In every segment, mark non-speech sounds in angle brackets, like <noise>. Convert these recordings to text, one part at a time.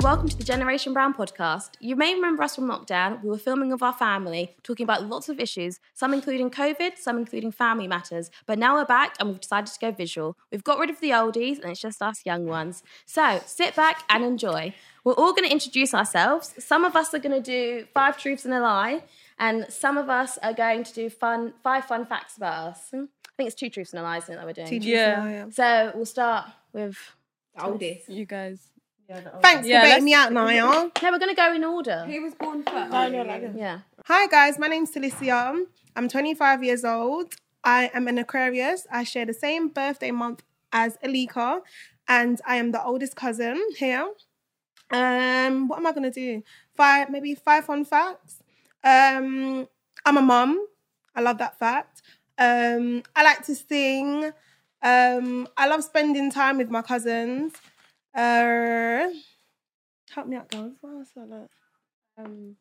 welcome to the Generation Brown podcast. You may remember us from lockdown. We were filming with our family, talking about lots of issues, some including COVID, some including family matters. But now we're back and we've decided to go visual. We've got rid of the oldies and it's just us young ones. So sit back and enjoy. We're all going to introduce ourselves. Some of us are going to do five truths and a lie, and some of us are going to do fun five fun facts about us. Hmm? I think it's two truths and a lie, isn't it, that we're doing? Yeah. So we'll start with Oldest. You guys. Thanks Yeah, for let's- baiting me out, Niall. No, we're going to go in order. Who was born first? Yeah. Hi, guys. My name's Celicia. I'm 25 years old. I am an Aquarius. I share the same birthday month as Alika, and I am the oldest cousin here. Um, what am I gonna do? Five, maybe five fun facts. Um, I'm a mum. I love that fact. Um, I like to sing. Um, I love spending time with my cousins. Uh, help me out, girls. What else do I like? Um,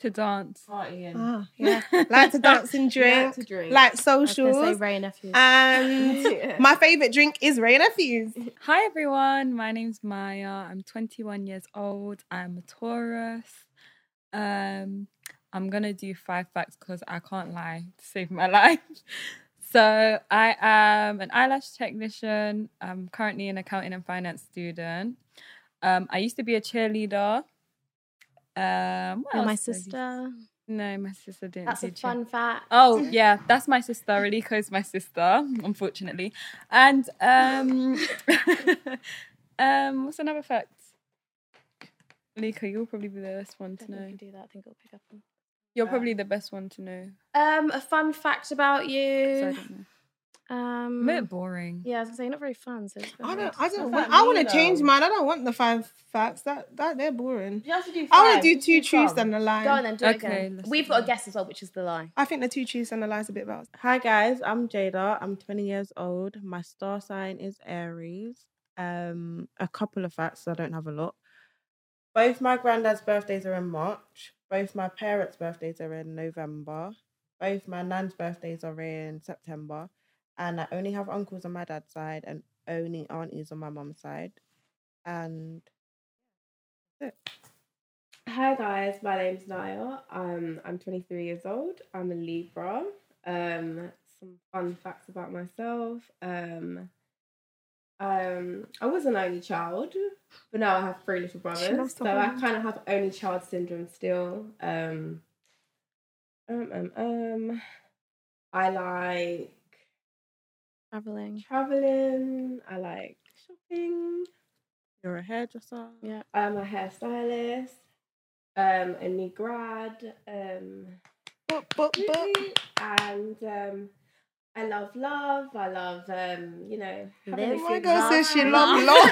To dance. Ah, <laughs> yeah. Like to dance and drink. to drink. Like I was going to say socials. Ray nephew. And my favorite drink is Ray Nephews. Hi everyone, my name's Maya. I'm 21 years old. I'm a Taurus. Um, I'm gonna do five facts because I can't lie to save my <laughs> life. So I am an eyelash technician. I'm currently an accounting and finance student. Um, I used to be a cheerleader. Um, what and my else did I used- sister. No, my sister didn't. That's do a cheer- fun fact. Oh yeah, that's my sister. Aliko's my sister, unfortunately. And um, <laughs> um, what's another fact? Aliko, you'll probably be the best one to know. do that. I think it'll pick up. You're probably the best one to know. Um, a fun fact about So I you. don't know. Um, I'm a bit boring. yeah, I was gonna say you're not very fun. So it's a bit I weird. don't. I don't. What's Want, that I mean, want to though? change mine. I don't want the five facts. That that they're boring. You have to do I want five. to do Just two truths and some. Go a on lie. then, do it Okay, again. let's We've do got a it. guess as well, which is the lie. I think the two truths and a lie is a bit about. Hi guys, I'm Jada. I'm 20 years old. My star sign is Aries. Um, a couple of facts, so I don't have a lot. Both my granddad's birthdays are in March. Both my parents' birthdays are in November. Both my nan's birthdays are in September. And I only have uncles on my dad's side and only aunties on my mum's side. And Hi guys, my name's Naya. Um, I'm 23 years old. I'm a Libra. Um, some fun facts about myself. Um, um, I was an only child, but now I have three little brothers, loves so the I whole- kind of have only child syndrome still. Um, um, um, um, I like Traveling. traveling. I like shopping. you're a hairdresser. Yeah. I'm a hairstylist. Um, a new grad. Um. But but but. and um, I love love. I love um, you know. having Live a Oh my good God, life. says she love <laughs> love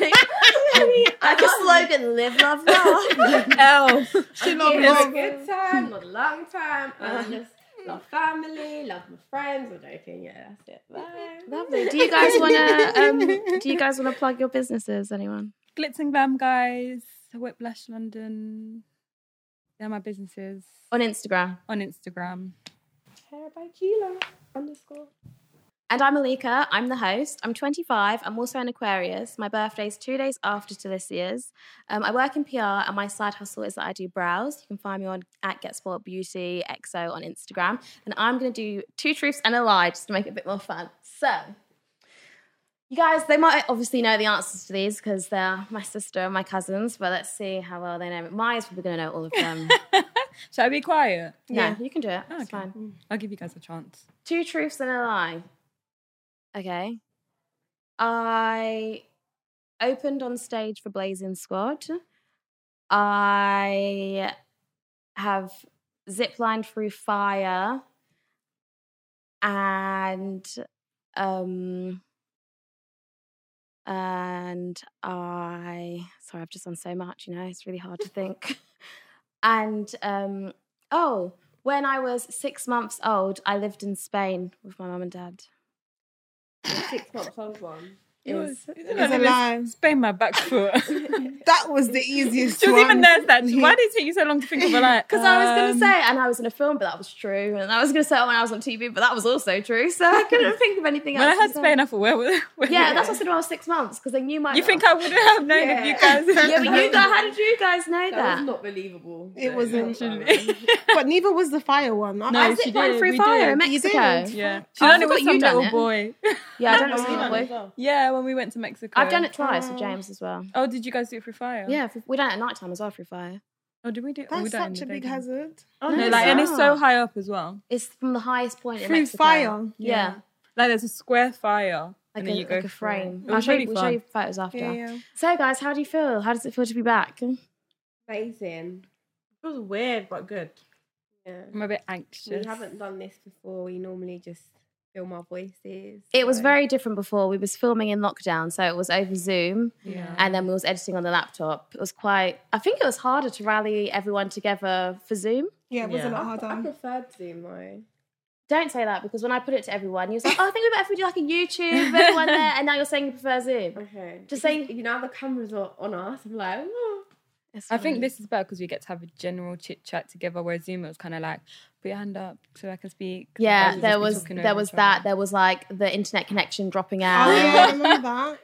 love. like a slogan, live, love, <laughs> love. <laughs> L. She Give love it a love. good time, not a long time. I Uh. <laughs> just love family, love my friends. I'm joking. Yeah, that's it. Bye. Lovely. Do you guys wanna um, do you guys wanna plug your businesses, anyone? Glitz and glam, guys. Whiplash London. They're my businesses On Instagram. on Instagram. Hair by Gila underscore. And I'm Alika. I'm the host. I'm 25. I'm also an Aquarius. My birthday's two days after Telicia's. Um, I work in PR, and my side hustle is that I do brows. You can find me on at GetSport Beauty EXO on Instagram. And I'm going to do two truths and a lie just to make it a bit more fun. So, you guys, they might obviously know the answers to these because they're my sister and my cousins. But let's see how well they know. it. Maya's probably going to know all of them. <laughs> Shall I be quiet? yeah, you can do it. It's Okay. fine. I'll give you guys a chance. Two truths and a lie. Okay. I opened on stage for Blazing Squad. I have ziplined through fire and um and I sorry, I've just done so much, you know, it's really hard to think. <laughs> and um oh, when I was six months old, I lived in Spain with my mum and dad. The Six months old one. is. It's a lie. Spain my back foot. she That was the easiest was one. <laughs> even there. That why did it take you so long to think of <laughs> a lie? Because I was going to Um, say, and I was in a film, but that was true. And I was going to say it when I was on TV, but that was also true. So I <laughs> couldn't think of anything when I else. had to say. Spain, I thought where was where Yeah, that's what I said when I was six months, because they knew my. You think I wouldn't have known if you <laughs> <laughs> guys? Yeah, but you guys, how did you guys know That was that? not believable. It No, was no, literally- no, <laughs> no. But neither was the fire one. No, I she zipped mine did, through we fire did. in You did. Mexico. yeah, I I forgot done it with some you've done little it. boy. <laughs> Yeah, I don't know. Have you done it what's as going on. well? Yeah, when we went to Mexico, I've done it twice with James as well. Oh, did you guys do it through fire? Yeah, if we- we done it at night time as well through fire. Oh, did we do? oh, we That's done it in such the a big daytime. hazard. Oh, No, No, It's like, and it's so bizarre. high up as well. It's from the highest point in Through Mexico. fire. Yeah. Like there's a square fire, Like, and then a, you go like a through. frame. It I'll was show, really you, we'll show fun. you photos after. Yeah, yeah. So, guys, how do you feel? How does it feel to be back? Amazing. It was weird but good. Yeah. Mm, I'm a bit anxious. We haven't done this before. We normally just film our voices. It was so- very different before. We was filming in lockdown, so it was over Zoom, Yeah. and then we was editing on the laptop. It was quite. I think it was harder to rally everyone together for Zoom. Yeah, it was a Yeah. lot I, I <laughs> harder. preferred Zoom though. Don't say that because when I put it to everyone, you was like, "Oh, I think we better if we do like a YouTube, everyone there," and now you're saying you prefer <laughs> Zoom. Okay. Just Because, saying- You know, the cameras are on us. I'm like, oh. It's I think fine. this is better because we get to have a general chit chat together. Whereas Zoom, it was kind of like put your hand up so I can speak. Otherwise Yeah, we'll there just be was talking over there was each that. other. There was like the internet connection dropping Oh, out. yeah, I remember that.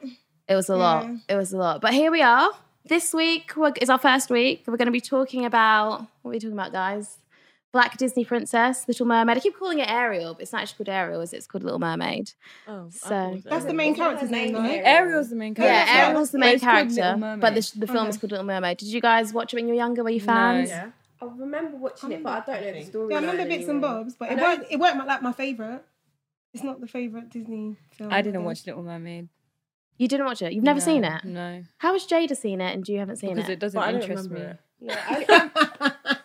It was a lot. Yeah. It was a lot. But here we are. This week we're, is our first week. We're going to be talking about what are we talking about, guys? Black Disney Princess, Little Mermaid. I keep calling it Ariel, but it's not actually called Ariel, is it? It's called Little Mermaid. Oh, So- That's That's the main character's name, though. Ariel's the main character. yeah, that's Ariel's the But main it's called Little character, but the, sh- the film Okay. is called Little Mermaid. Did you guys watch it when you were younger? Were you No. fans? Yeah. I remember watching it, but I don't know the story. Yeah, I remember bits and bobs, but it know- weren't, it weren't my- like my favourite. It's not the favourite Disney film. I didn't guess. watch Little Mermaid. You didn't watch it? You've never No, seen it? No, How has Jada seen it and you haven't seen because it? it doesn't But I don't interest me. remember <laughs> um, I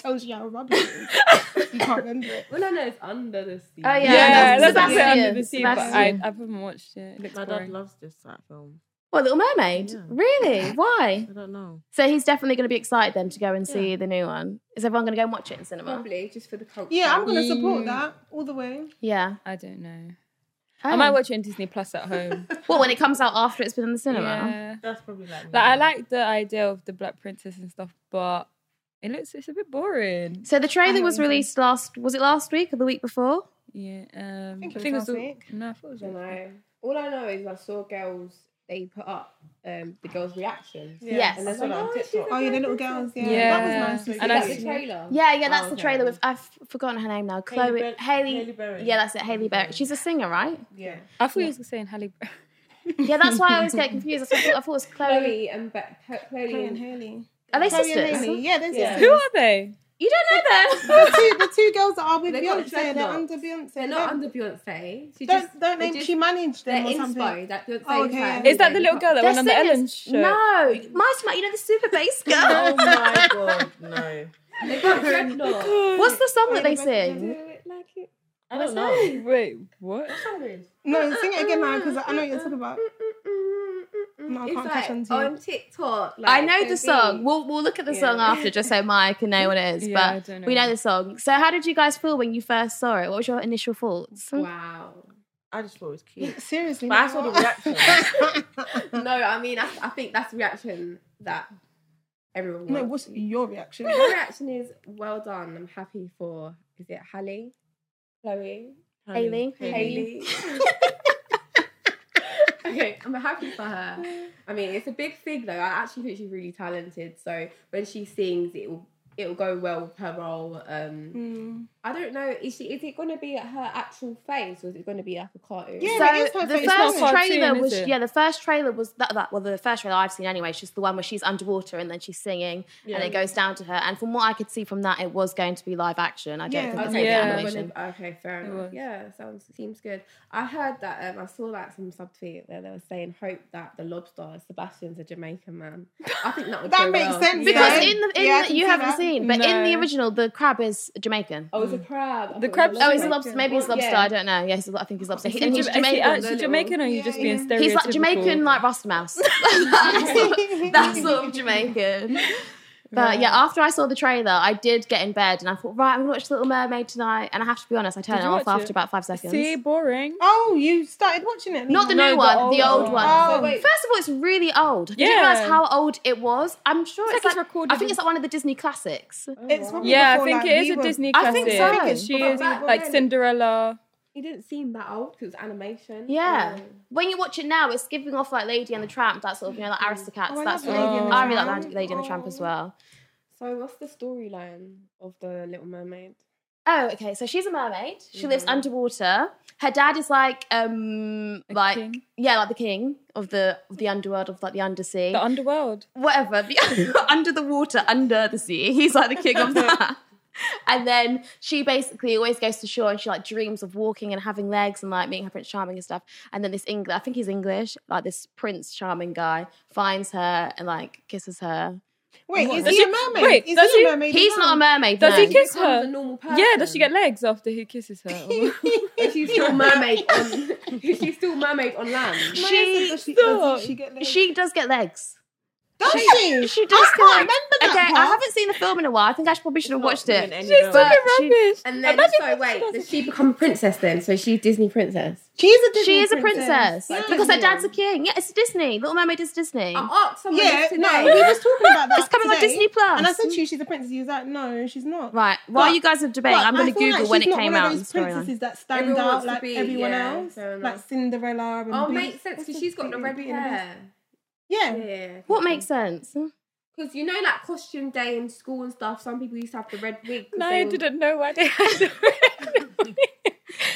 told you how rubbish it is. you can't remember it. Well, I know it's under the sea. Oh, Yeah, Yeah, that's that's, Sebastian. it under the sea. But I, Sebastian. I haven't watched it. It looks My dad boring. loves this that film. what, Little Mermaid? Yeah. Really? Why? I don't know. So he's definitely going to be excited then to go and see the new one. Is everyone going to go and watch it in cinema? Probably just for the culture. Yeah, I'm going to Mm. support that all the way. Yeah. I don't know. Oh. I might watch it on Disney Plus at <laughs> home. Well, when it comes out after it's been in the cinema. yeah. That's probably like. Like I like the idea of the Black Princess and stuff, but it looks it's a bit boring. So the I trailer know was what you mean. released last. Was it last week or the week before? Yeah, um, think it was last the- week. No, I thought it was. I don't last week. know. All I know is I saw girls. They put up um, the girls' reactions. Yes. And I I was saw like, that on oh, she's TikTok. a Oh, yeah, the little princess. girls. Yeah, Yeah. that was nice. to And I That's see. the trailer. Yeah, yeah, that's Oh, the okay. trailer with I've forgotten her name now. Chloe Berry- Hailey Haley. Berry. Yeah, that's it. Haley Berry. She's a singer, <laughs> right? Yeah. I thought you were saying Halle. Berry. Yeah, that's why I always get confused. I thought, I thought it was Chloe. Chloe and Be- Chloe, Chloe and and Haley. Are they Chloe and sisters? Hailey. Yeah, they're Yeah. Who <laughs> sisters. are they? You don't know them. the, two, the two girls that are with They got Beyonce, they're dreadlocks. under Beyonce. They're Don't- not under Beyonce. She don't, just, don't they name. just- she managed They're them or something. inspo. That Beyonce Oh, okay. fan. Is that the little girl that went on the They're Ellen singers. show? No, my smart. You know the super bass girl. <laughs> Oh my god, no. They <laughs> got dreadlocks. What's the song that they Hailey Berry. sing? like it. I don't know. Wait, what? No, sing it again now because I know what you're talking about. No, I It's can't like catch on to it. on TikTok. Like, I know the there's song. these- We'll we'll look at the Yeah. song after just so Maya can know what it is. Yeah, I but don't know. we know the song. So how did you guys feel when you first saw it? What was your initial thoughts? Wow. I just thought it was cute. Seriously. But I saw the reaction. No, I mean, I, I think that's the reaction that everyone No, wants. what's your <laughs> reaction? <laughs> My reaction is well done. I'm happy for is it Hallie, Chloe, Hailey. Haley. okay, I'm happy for her. I mean, it's a big thing though. I actually think she's really talented. So when she sings, it will it will go well with her role. Um, Mm. I don't know. Is she? Is it going to be her actual face, or is it going to be like a cartoon? Yeah, but it is So her the face, isn't first it? trailer Cartoon, was is it? yeah the first trailer was that, that well the first trailer I've seen anyway is just the one where she's underwater and then she's singing and it goes down to her and from what I could see from that it was going to be live action I don't Yeah. think it's going to Okay, be Yeah. yeah. animation okay, fair It enough. was. Yeah, sounds seems good. I heard that um, I saw like some sub tweet where they were saying hope that the lobster Sebastian's a Jamaican man. I think that would That go makes well. sense, because Yeah. in the, in Yeah, I the can you see haven't that. seen but in the No. original the crab is Jamaican. Oh, it's a crab. I thought it was crab's Oh, lobster. he's a lobster. Maybe he's Yeah. lobster. I don't know. Yeah, he's, a- I think he's lobster. Is He- he, and he's Jama- is he Jamaican. actually Little. Jamaican or are you Yeah, just being yeah. stereotypical? He's <laughs> <laughs> <laughs> like Jamaican, like Rasta Mouse. That's sort of Jamaican. But yeah, after I saw the trailer, I did get in bed and I thought, right, I'm gonna watch Little Mermaid tonight. And I have to be honest, I turned Did it you off watch after it? about five seconds. See, boring. Oh, you started watching it? Not the No, new the one, the old old, one. one. Oh, So wait, First of all, it's really old. I didn't Yeah. realize how old it was. I'm sure It's it's, like it's like, recorded I think it's in- Oh, like one of the Disney classics. It's probably Yeah, I before, think like, it is we a were- Disney I classic. think so. I think it's She back is then. like Cinderella. He didn't seem that old because it was animation. Yeah. Um, When you watch it now, it's giving off like Lady and the Tramp, that sort of, you know, like Aristocats, Oh, that I love sort Lady of. and the I really like Tramp. Lady and the Tramp as Oh. well. So what's the storyline of the Little Mermaid? Oh, okay. So she's a mermaid. She lives Mm-hmm. underwater. Her dad is like, um, A like king. yeah, like the king of the of the underworld of like the undersea, The underworld. whatever. The, <laughs> under the water, under the sea. He's like the king <laughs> of that. And then she basically always goes to shore and she like dreams of walking and having legs and like meeting her Prince Charming and stuff. And then this English, I think he's English, like this Prince Charming guy finds her and like kisses her. Wait, is Does he a he- mermaid? wait, is does he he- a mermaid? as He's well? not a mermaid. Does he no. kiss Becomes her? a normal person. Yeah, does she get legs after he kisses <laughs> her? She's <laughs> still mermaid on. <laughs> she's still mermaid on land. Mine She- said that she, does Stop. she get legs? She does get legs. does she? <laughs> She does I can't get legs. remember that Okay, I part. haven't seen the film in a while. I think I should- probably should have watched it. She's But fucking she- rubbish. And then, Imagine so if she wait, does does it. she become a princess then? So she's Disney princess. She's a Disney she is a princess, Yeah. because her Disney dad's a one. king. Yeah, it's Disney. Little Mermaid is Disney. I asked someone Yeah, this today. no, we were just talking about that. It's coming on today, Disney Plus. And I said to you, she's a princess. You was like, no, she's not. Right. While But- you guys are debating, But I'm going I to feel Google like when it she's not came one out. Of and those storyline. princesses that stand Everyone wants out to like be- everyone yeah, else, fair enough. like Cinderella. And Oh, Beauty- makes sense because she's got the red Beauty and the Beast. hair. Yeah. Yeah. What makes <laughs> sense? Because you know, like costume day in school and stuff. Some people used to have the red wig. 'cause No, they I were- didn't know why they had <laughs> the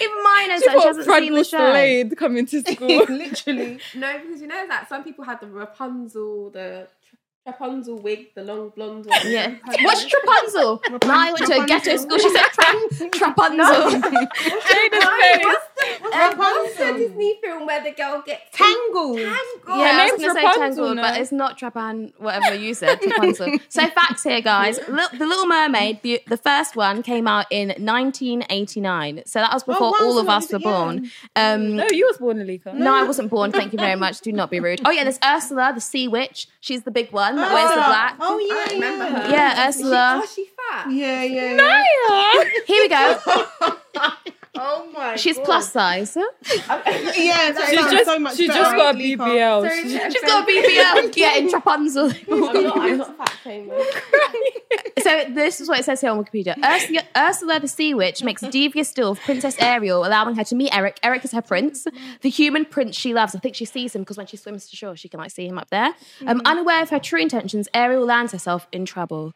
Even mine knows that she hasn't seen the show. coming <laughs> to <laughs> school. Literally. No, because you know, like some people had the Rapunzel, the tra- Rapunzel wig, the long blonde. one. Yeah. What's <laughs> Trapunzel? When I went to a ghetto Rapunzel. school, she said <laughs> tra- Trapunzel. Jada's Wait, face. what's the, <laughs> what's, Rapunzel. what's the Disney film where the girl gets Tangled. Tangled. yeah, I was name's going to say Rapunzel Tangled, now. but it's not Trapan, whatever you said, <laughs> Trapunzel. so, facts here, guys. Li- the Little Mermaid, the, the first one, came out in 1989. So, that was before Oh, wow, all so of that us was- were yeah. born. Um, No, you was born Alika. No, I wasn't born. Thank you very much. Do not be rude. Oh yeah, there's Ursula, the sea witch. She's the big one that wears the black. Oh yeah, I remember yeah. her. Yeah, Is she, Ursula. oh, she fat. Yeah, yeah. yeah. Naya! Here we go. <laughs> Oh my. She's plus size. Yeah, that She sounds just, so much she better. just got a Really cool. BBL. Sorry, She's I'm She's got a BBL. um, Yeah, in <laughs> Rapunzel. I'm not, I'm not fat, Chamber. so this is what it says here on Wikipedia. Ursula, Ursula the sea witch makes a devious deal with Princess Ariel, allowing her to meet Eric. Eric is her prince, the human prince she loves. I think she sees him because when she swims to shore, she can like see him up there. Um, Mm-hmm. unaware of her true intentions, Ariel lands herself in trouble.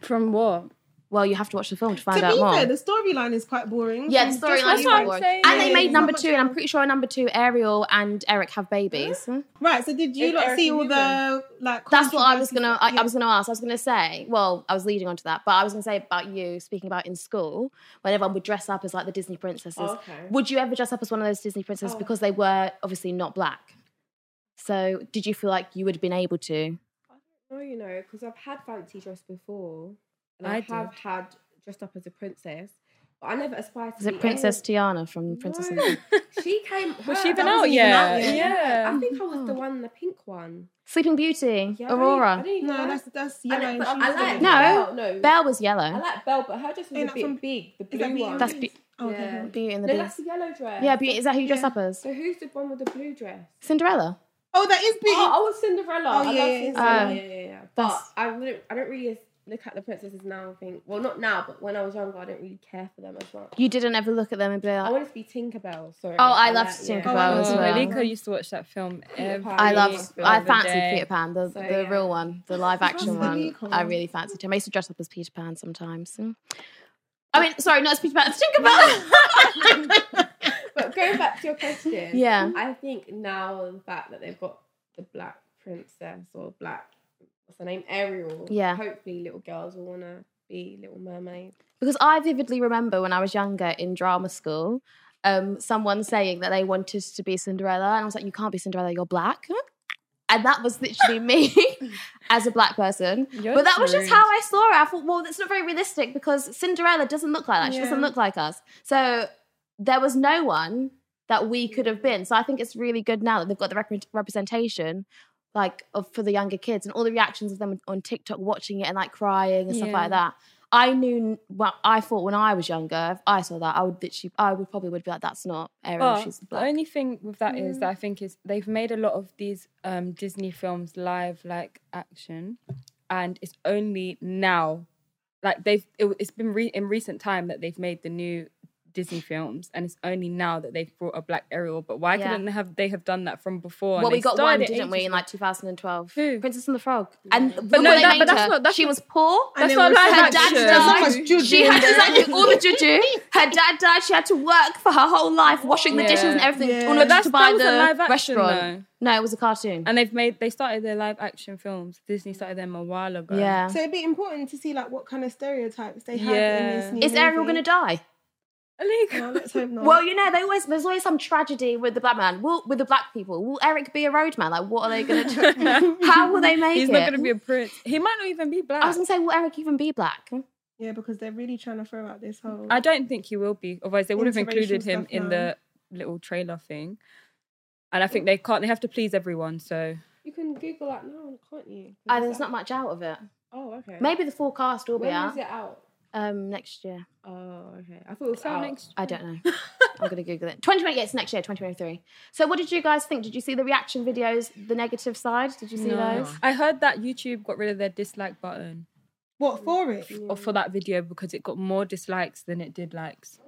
From what? Well, you have to watch the film to find To out be more. fair, the storyline is quite boring. Yeah, the It's storyline that's is what I'm boring. saying. And they Yeah, made it's not number much two, and I'm pretty sure number two, Ariel and Eric have babies. Right. So did you Is like Eric see a all human? the like? That's what I was gonna. I, controversies? I was gonna ask. I was gonna say. Well, I was leading on to that, but I was gonna say about you speaking about in school when everyone would dress up as like the Disney princesses. Oh, Okay. Would you ever dress up as one of those Disney princesses Oh. because they were obviously not black? So did you feel like you would have been able to? No, you know, because I've had fancy dress before, and I I, have had dressed up as a princess, but I never aspired to. Is be it any Princess of- Tiana from Princess? and the- No, <laughs> she came. her- Was she even that out wasn't yet? yet. Yeah. I think I Oh. was the one, the pink one. Sleeping Beauty, Yeah, I didn't- I Aurora. didn't even No, like- that's that's I yellow. like- and but she I was yellow. like No. Belle, no. Belle was yellow. I like Belle, but her dress was Ain't a that bit from- big. The Is that blue Beauty one. and That's the be- Beast? Oh, okay, Yeah. cool. Beauty and the no, Beast. that's the yellow dress. Yeah, Beauty. Is that who you dress Yeah. up as? So who's the one with the blue dress? Cinderella. Oh, that is Beauty. Oh, I was Cinderella. Oh, I love yeah, yeah, Cinderella. yeah. yeah, yeah, yeah. But Um, That's- I wouldn't. I don't really look at the princesses now and think. Well, not now, but when I was younger, I didn't really care for them as much. You didn't ever look at them and be like, I wanted to be Tinkerbell. Sorry. Oh, I love loved Oh, Tinkerbell I as love well. Tinkerbell. Malika used to watch that film every I Yeah, loved, single I fancied day. Peter Pan, the, So, the yeah. real one, the live action Fancy one. Peter Pan. I really fancied him. I used to dress up as Peter Pan sometimes. Mm. I mean, sorry, not as Peter Pan, <laughs> as Tinkerbell. Oh, But going back to your question, <laughs> yeah. I think now the fact that they've got the black princess or black what's her name Ariel. Yeah. Hopefully, little girls will wanna be Little Mermaid. Because I vividly remember when I was younger in drama school, um, someone saying that they wanted to be Cinderella. And I was like, you can't be Cinderella, you're black. And that was literally me <laughs> as a black person. You're but that was rude. just how I saw her. I thought, well, that's not very realistic because Cinderella doesn't look like that. She doesn't Yeah. look like us. So there was no one that we could have been. So I think it's really good now that they've got the repre- representation like of for the younger kids and all the reactions of them on TikTok watching it and like crying and stuff Yeah. like that. I knew well, I thought when I was younger, if I saw that, I would literally I would probably would be like, that's not Erin, But she's the black. Mm. only thing with that is that I think is they've made a lot of these um, Disney films live like action, and it's only now, like they've it, it's been re- in recent time that they've made the new Disney films, and it's only now that they've brought a black Ariel. But why Yeah. couldn't they have they have done that from before? and well, we they got one, started didn't we, ages in like 2012? Who? Princess and the Frog. And look no, what they that- but made that's her. not- that's she not- was poor. That's it not was- live her dad action. died. As long as juju She in had to there. like, do all the juju. <laughs> Her dad died. She had to work for her whole life, washing the dishes and Yeah. everything, Yeah. all But of that's- to buy that was a the live action, restaurant. though. No, it was a cartoon. And they've made they started their live action films. Disney started them a while ago. <laughs> yeah, So it'd be important to see like what kind of stereotypes they have Yeah. in this. New is Ariel gonna movie. die? Illegal. <laughs> No, let's hope not. Well, you know, they always there's always some tragedy with the black man. Will with the black people? Will Eric be a roadman? Like, what are they gonna <laughs> do? How will they make He's it? not gonna be a prince. <laughs> He might not even be black. I was gonna say, will Eric even be black? yeah, because they're really trying to throw out this whole. I don't think he will be. Otherwise, they would have included Interracial him stuff in now. the little trailer thing. And I think they can't. They have to please everyone. So You can Google that now, can't you? And there's not much out of it. Oh, okay. Maybe the forecast will be when out is it out? um, next year. Oh, okay. I thought it was out out next- I don't know. I'm gonna Google it. 2020, yeah, it's next year, 2023. So, what did you guys think? Did you see the reaction videos, the negative side? Did you see those? I heard that YouTube got rid of their dislike button what for it? or for that video because it got more dislikes than it did likes.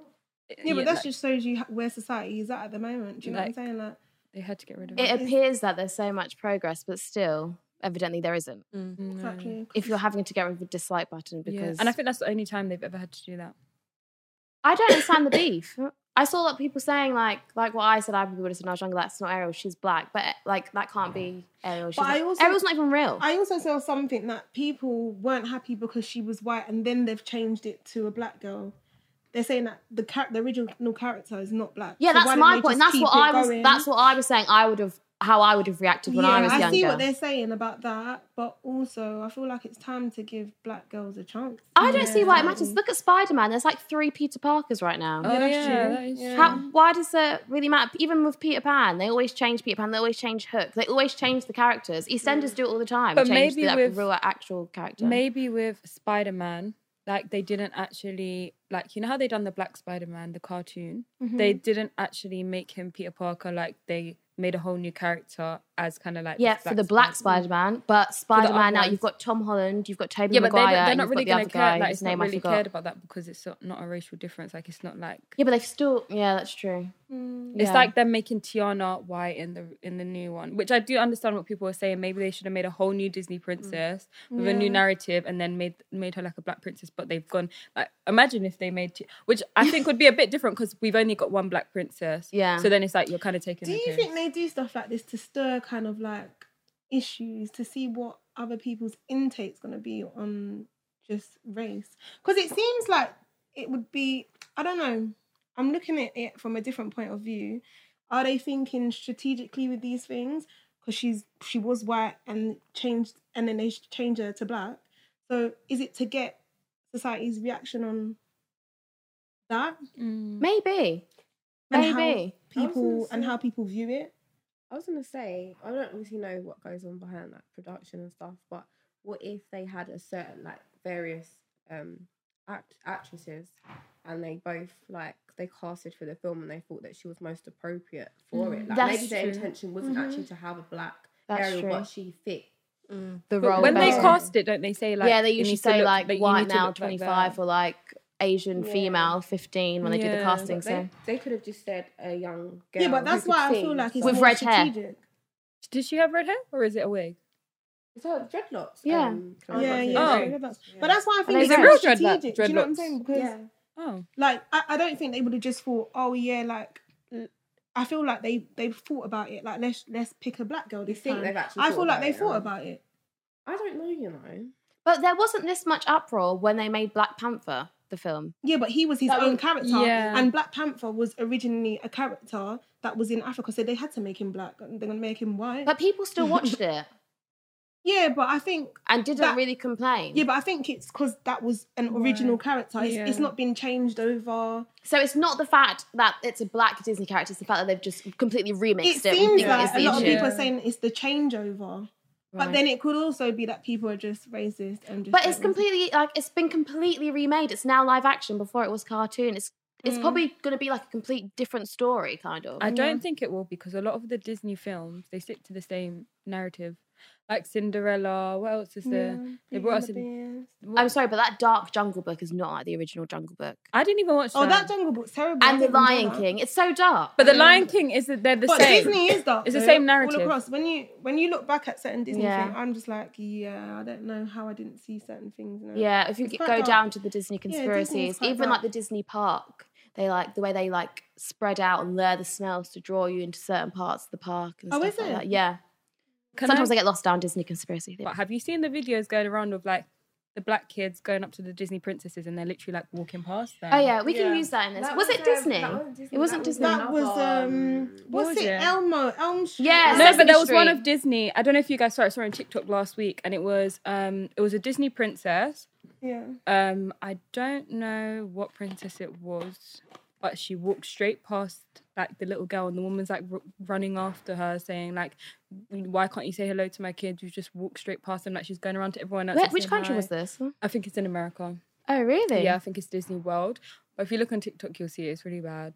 Yeah, but that like, just shows you h- where society is at at the moment. Do you know Like- what I'm saying? Like, they had to get rid of it. It appears that there's so much progress, but still, evidently, there isn't. exactly. If you're having to get rid of a dislike button, Yeah. because And I think that's the only time they've ever had to do that. I don't understand the beef. I saw that people saying like like what I said I probably would have said when I was younger. That's not Ariel. She's black, but like that can't be Ariel. She's But I not- also- Ariel's not even real. I also saw something that people weren't happy because she was white, and then they've changed it to a black girl. They're saying that the char- the original character is not black. yeah, So why that's don't my they point. just That's what keep it I was. going? That's what I was saying. I would have how I would have reacted when yeah, I was younger. see what they're saying about that, but also I feel like it's time to give black girls a chance. I don't see why it matters. Look at Spider Man. There's like three Peter Parkers right now. Oh, that's yeah, true. that is Yeah. true. How, why does that really matter? Even with Peter Pan, they always change Peter Pan. They always change Hook. They always change the characters. EastEnders do it all the time. But change maybe the like, with- real actual character. Maybe with Spider Man, like they didn't actually like you know how they done the Black Spider Man, the cartoon. Mm-hmm. They didn't actually make him Peter Parker. Like they made a whole new character as kind of like Yeah, this for the black Spider Man, but Spider Man now ones. you've got Tom Holland, you've got Toby Yeah, but Maguire, they, they're and not you've really got the other going to care. guy Like, whose it's name not I really forgot. cared about that because it's not, not a racial difference. Like it's not like Yeah, but they've still yeah, that's true. Mm. it's Yeah. like them making Tiana white in the in the new one, which I do understand what people are saying. Maybe they should have made a whole new Disney Mm. princess with a new narrative and then made made her like a black princess. But they've gone like imagine if they made Ti- which I think would be a bit different because we've only got one black princess. Yeah. So then it's like you're kind of taking. Do the you piss. think they do stuff like this to stir kind of like issues to see what other people's intake's going to be on just race? Because it seems like it would be, I don't know, I'm looking at it from a different point of view. Are they thinking strategically with these things? Because she's she was white and changed, and then they sh- change her to black. So is it to get society's reaction on that Maybe. and Maybe. how people and say- how people view it? I was gonna say I don't obviously know what goes on behind like production and stuff, but what if they had a certain like various um act- actresses and they both like they casted for the film and they thought that she was most appropriate for it. Like Mm-hmm. That's maybe their true. Mm-hmm. intention wasn't actually to have a black That's Ariel, true. but she fit. The But role when they based on- cast it, don't they say like Yeah, they it usually needs to say look- like that you white need to now look like twenty that. five or like Asian female fifteen when they do the Yeah. casting. So They, they could have just said a young girl. Yeah, but who that's could why I sing, feel like it's With more red hair. strategic. Did she have red hair or is it a wig? Is that dreadlocks? Yeah. Um, Yeah, dreadlocks, yeah. Oh. yeah, that's- But that's why I think they it's red? more Is it real dreadlo- strategic. Do you know what I'm dreadlocks? saying? Because Yeah. Oh, like I, I don't think they would have just thought, oh yeah, like l- I feel like they they thought about it. Like let's let's pick a black girl this think time. they've actually I thought feel like about they it, thought huh? about it. I don't know, you know. But there wasn't this much uproar when they made Black Panther, the film. Yeah, but he was his That own was- character, yeah. and Black Panther was originally a character that was in Africa, so they had to make him black. They're gonna make him white. <laughs> But people still watched it. Yeah, but I think and didn't That- really complain. yeah, but I think it's because that was an original character. It's, it's Yeah. not been changed over. So it's not the fact that it's a black Disney character; it's the fact that they've just completely remixed It it. we seems think that like it's a the lot of issue. people are saying it's the changeover, but Right. then it could also be that people are just racist and just. But it's don't listen. completely like it's been completely remade. It's now live action. Before it was cartoon. It's it's probably going to be like a complete different story, kind of. Mm. I don't think it will because a lot of the Disney films they stick to the same narrative, like Cinderella. What else is there? They brought us in. I'm sorry, but that Dark Jungle Book is not like the original Jungle Book. I didn't even watch. Oh, that. that Jungle Book's terrible. I And the didn't enjoy Lion that. King. It's so dark. But the Lion King is that they're the But same. Disney is dark. It's the though, same narrative. all across. When you when you look back at certain Disney Yeah. things, I'm just like, yeah, I don't know how I didn't see certain things. now. Yeah, if you It's g- quite go dark. down to the Disney Disney's conspiracies, quite even dark. like the Disney park, they like the way they like spread out and lure the smells to draw you into certain parts of the park. And Oh, stuff is like it? That. Yeah. Can Sometimes I- I... get lost down Disney conspiracy theory. But have you seen the videos going around of like the black kids going up to the Disney princesses and they're literally like walking past them? Oh yeah, we can Yeah. use that in this. That was was, it um, Disney? that wasn't Disney, It wasn't that was Disney. That was um, What what's was it? it? Elmo, Elm Street. Yeah, No, Sesame but there was one Street. of Disney. I don't know if you guys saw it. I saw it on TikTok last week, and it was um, it was a Disney princess. yeah. Um, I don't know what princess it was, but she walked straight past like the little girl, and the woman's like r- running after her, saying like, "Why can't you say hello to my kids? You just walk straight past them." Like she's going around to everyone else. Where- and which saying country hi. was this? I think it's in America. Oh really? Yeah, I think it's Disney World. But if you look on TikTok, you'll see it. it's really bad.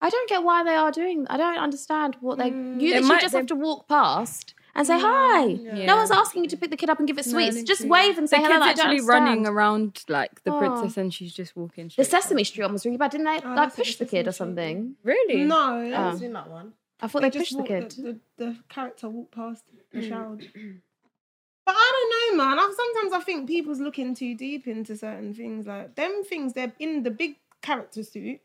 I don't get why they are doing. I don't understand what they. You They literally might- just they- have to walk past and say hi. Yeah. No one's asking you to pick the kid up and give it sweets. just literally. wave and The say kid's hello. like, I don't actually understand. running around like the Oh. princess, and she's just walking. The straight past. Sesame Street one was really bad. Didn't they Oh, like that's what push the Sesame kid or Street was. something? Really? No, Oh. I haven't seen that one. I thought they they, just pushed the walked- kid. The, the, the character walked past the child. But I don't know, man. I, sometimes I think people's looking too deep into certain things. Like them things, they're in the big character suit.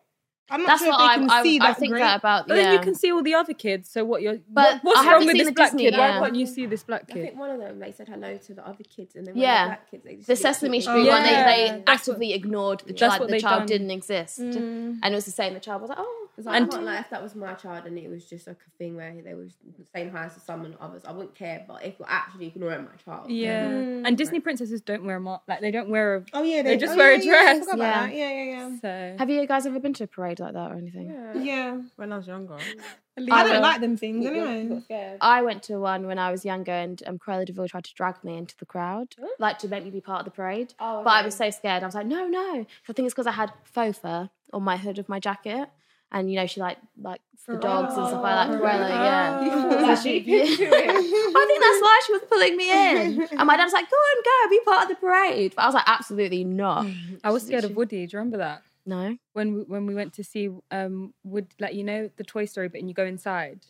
I'm not That's sure what if they I, can I, see I that think great. that about. But yeah. then you can see all the other kids. So what? You're But what- what's I haven't wrong with seen this the black Disney, kid? yeah. Why can't you see this black I kid? think one of them they said hello to the other kids, and then one Yeah. of the black kids they just the literally Sesame Oh, Street ignored one, they, them. Yeah. they That's actively ignored the That's child. what The they child done. didn't exist, Mm. and it was the same. The child was like, "Oh, Because I And- can't like if that was my child and it was just like a thing where they were saying hi to some and others, I wouldn't care. But if you're actually ignoring my child, Yeah. And Disney princesses don't wear a mark. Like they don't wear a. Oh yeah, They just oh, wear a yeah, yeah, I dress. forgot about Yeah. that. yeah, yeah, So have you guys ever been to a parade like that or anything?" yeah. yeah. Yeah, When I was younger. I Leave it. don't like them things You got- anyway. you got scared. I went to one when I was younger, and um, Cruella de Vil tried to drag me into the crowd, like to make me be part of the parade. Oh, But I okay. was so scared. I was like, "No, no!" I think it's because I had faux fur on my hood of my jacket, and you know she like like the dogs and stuff like Oh, that. Cruella, yeah. Like, So <laughs> she- deep into it. I think that's why she was pulling me in. And my dad was like, go on, go, be part of the parade. But I was like, absolutely not. I was scared of Woody. Do you remember that? No. When we, when we went to see um Wood like you know the Toy Story, but and you go inside,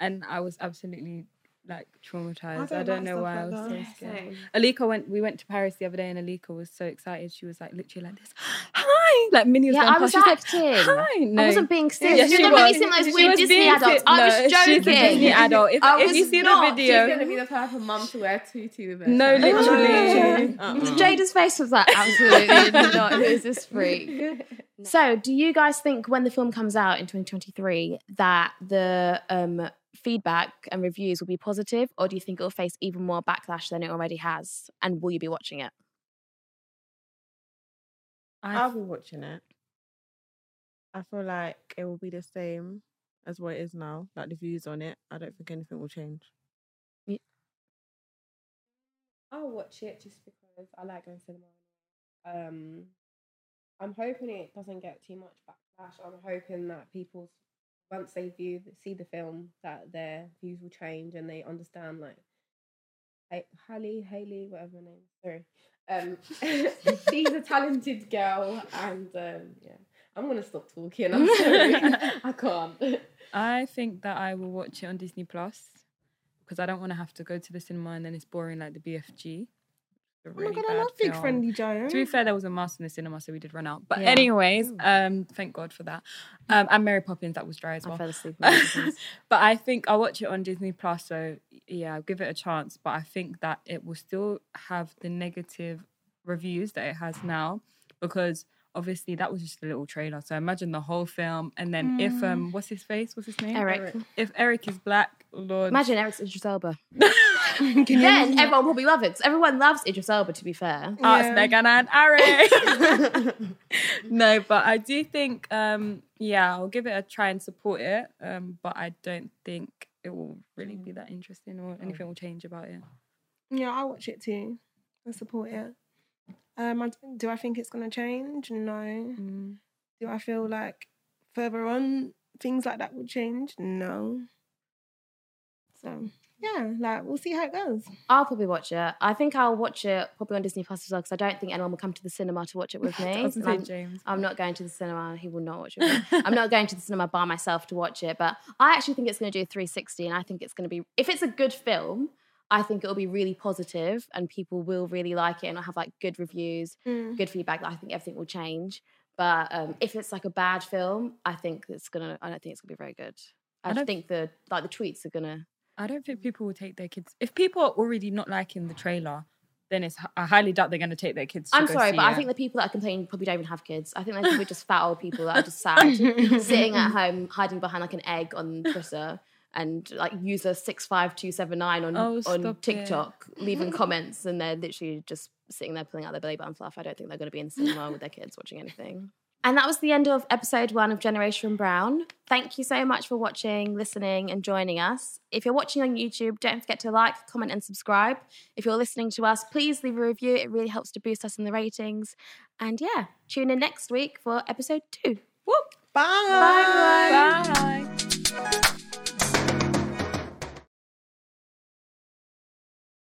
and I was absolutely like traumatized. I don't like don't, know stuff why I like was that. so Yeah, scared. Same. Alika went. We went to Paris the other day, and Alika was so excited. She was like literally like this. Hi, like Minnie was Yeah, going I was past. She's acting. like, Hi. No. I wasn't being serious. Yes, You're she going to make was. me seem like She this weird was Disney being adult. si- I No, was joking. She's a Disney adult. If, I if was you see not. the She's gonna video, be the type of mum to wear tutu with her. no, <laughs> literally. Jada's face was like, absolutely not. Who is this <laughs> freak? So, do you guys think when the film comes out in 2023 that the um, feedback and reviews will be positive, or do you think it'll face even more backlash than it already has? And will you be watching it? I'll be watching it. I feel like it will be the same as what it is now. Like the views on it, I don't think anything will change. I'll watch it just because I like going to cinema. Um, I'm hoping it doesn't get too much backlash. I'm hoping that people, once they view see the film, that their views will change and they understand like. Ha- Hallie, Haley, whatever her name. is, Sorry, um, <laughs> she's a talented girl, and um, yeah, I'm gonna stop talking. I'm sorry, I can't. I think that I will watch it on Disney Plus because I don't want to have to go to the cinema and then it's boring like the BFG. A Oh my really god, I bad love Big film. Friendly Giant. To be fair, there was a mask in the cinema, so we did run out. But Yeah. anyways, um, thank God for that. Um, and Mary Poppins, that was dry as I well. fell asleep. on these but things. I think I'll watch it on Disney Plus. So yeah, I'll give it a chance. But I think that it will still have the negative reviews that it has now because obviously that was just a little trailer. So imagine the whole film. And then Mm. if um, what's his face? What's his name? Eric. If Eric is black, Lord. Imagine Eric's Idris Elba. Can you then imagine? everyone will be loving because everyone loves Idris Elba. To be fair, Oh, it's Yeah. Megan and Ari. <laughs> no, but I do think, um, yeah, I'll give it a try and support it. Um, but I don't think it will really be that interesting or anything will change about it. Yeah, I'll watch it too. I support it. Um, I, do I think it's gonna change? No. Mm. Do I feel like further on things like that will change? No. So yeah, like we'll see how it goes. I'll probably watch it. I think I'll watch it probably on Disney Plus as well because I don't think anyone will come to the cinema to watch it with I me. was And gonna I'm, say James. I'm not going to the cinema. He will not watch it. with <laughs> me. I'm not going to the cinema by myself to watch it. But I actually think it's going to do a 360, and I think it's going to be if it's a good film. I think it'll be really positive and people will really like it and I'll have like good reviews, Hmm. good feedback. I think everything will change. But um, if it's like a bad film, I think it's gonna I don't think it's gonna be very good. I, I just don't- think the like the tweets are gonna I don't think people will take their kids. If people are already not liking the trailer, then it's I highly doubt they're going to take their kids. To I'm go sorry, see but I it. think the people that are complaining probably don't even have kids. I think they're probably just fat old people that are just <laughs> sad, sitting at home, hiding behind like an egg on Twitter and like user six five two seven nine on Oh, on stop it. TikTok, <laughs> leaving comments, and they're literally just sitting there pulling out their belly button fluff. I don't think they're going to be in the cinema with their kids watching anything. And that was the end of episode one of Generation Brown. Thank you so much for watching, listening, and joining us. If you're watching on YouTube, don't forget to like, comment, and subscribe. If you're listening to us, please leave a review. It really helps to boost us in the ratings. And yeah, tune in next week for episode two. Whoop! Bye.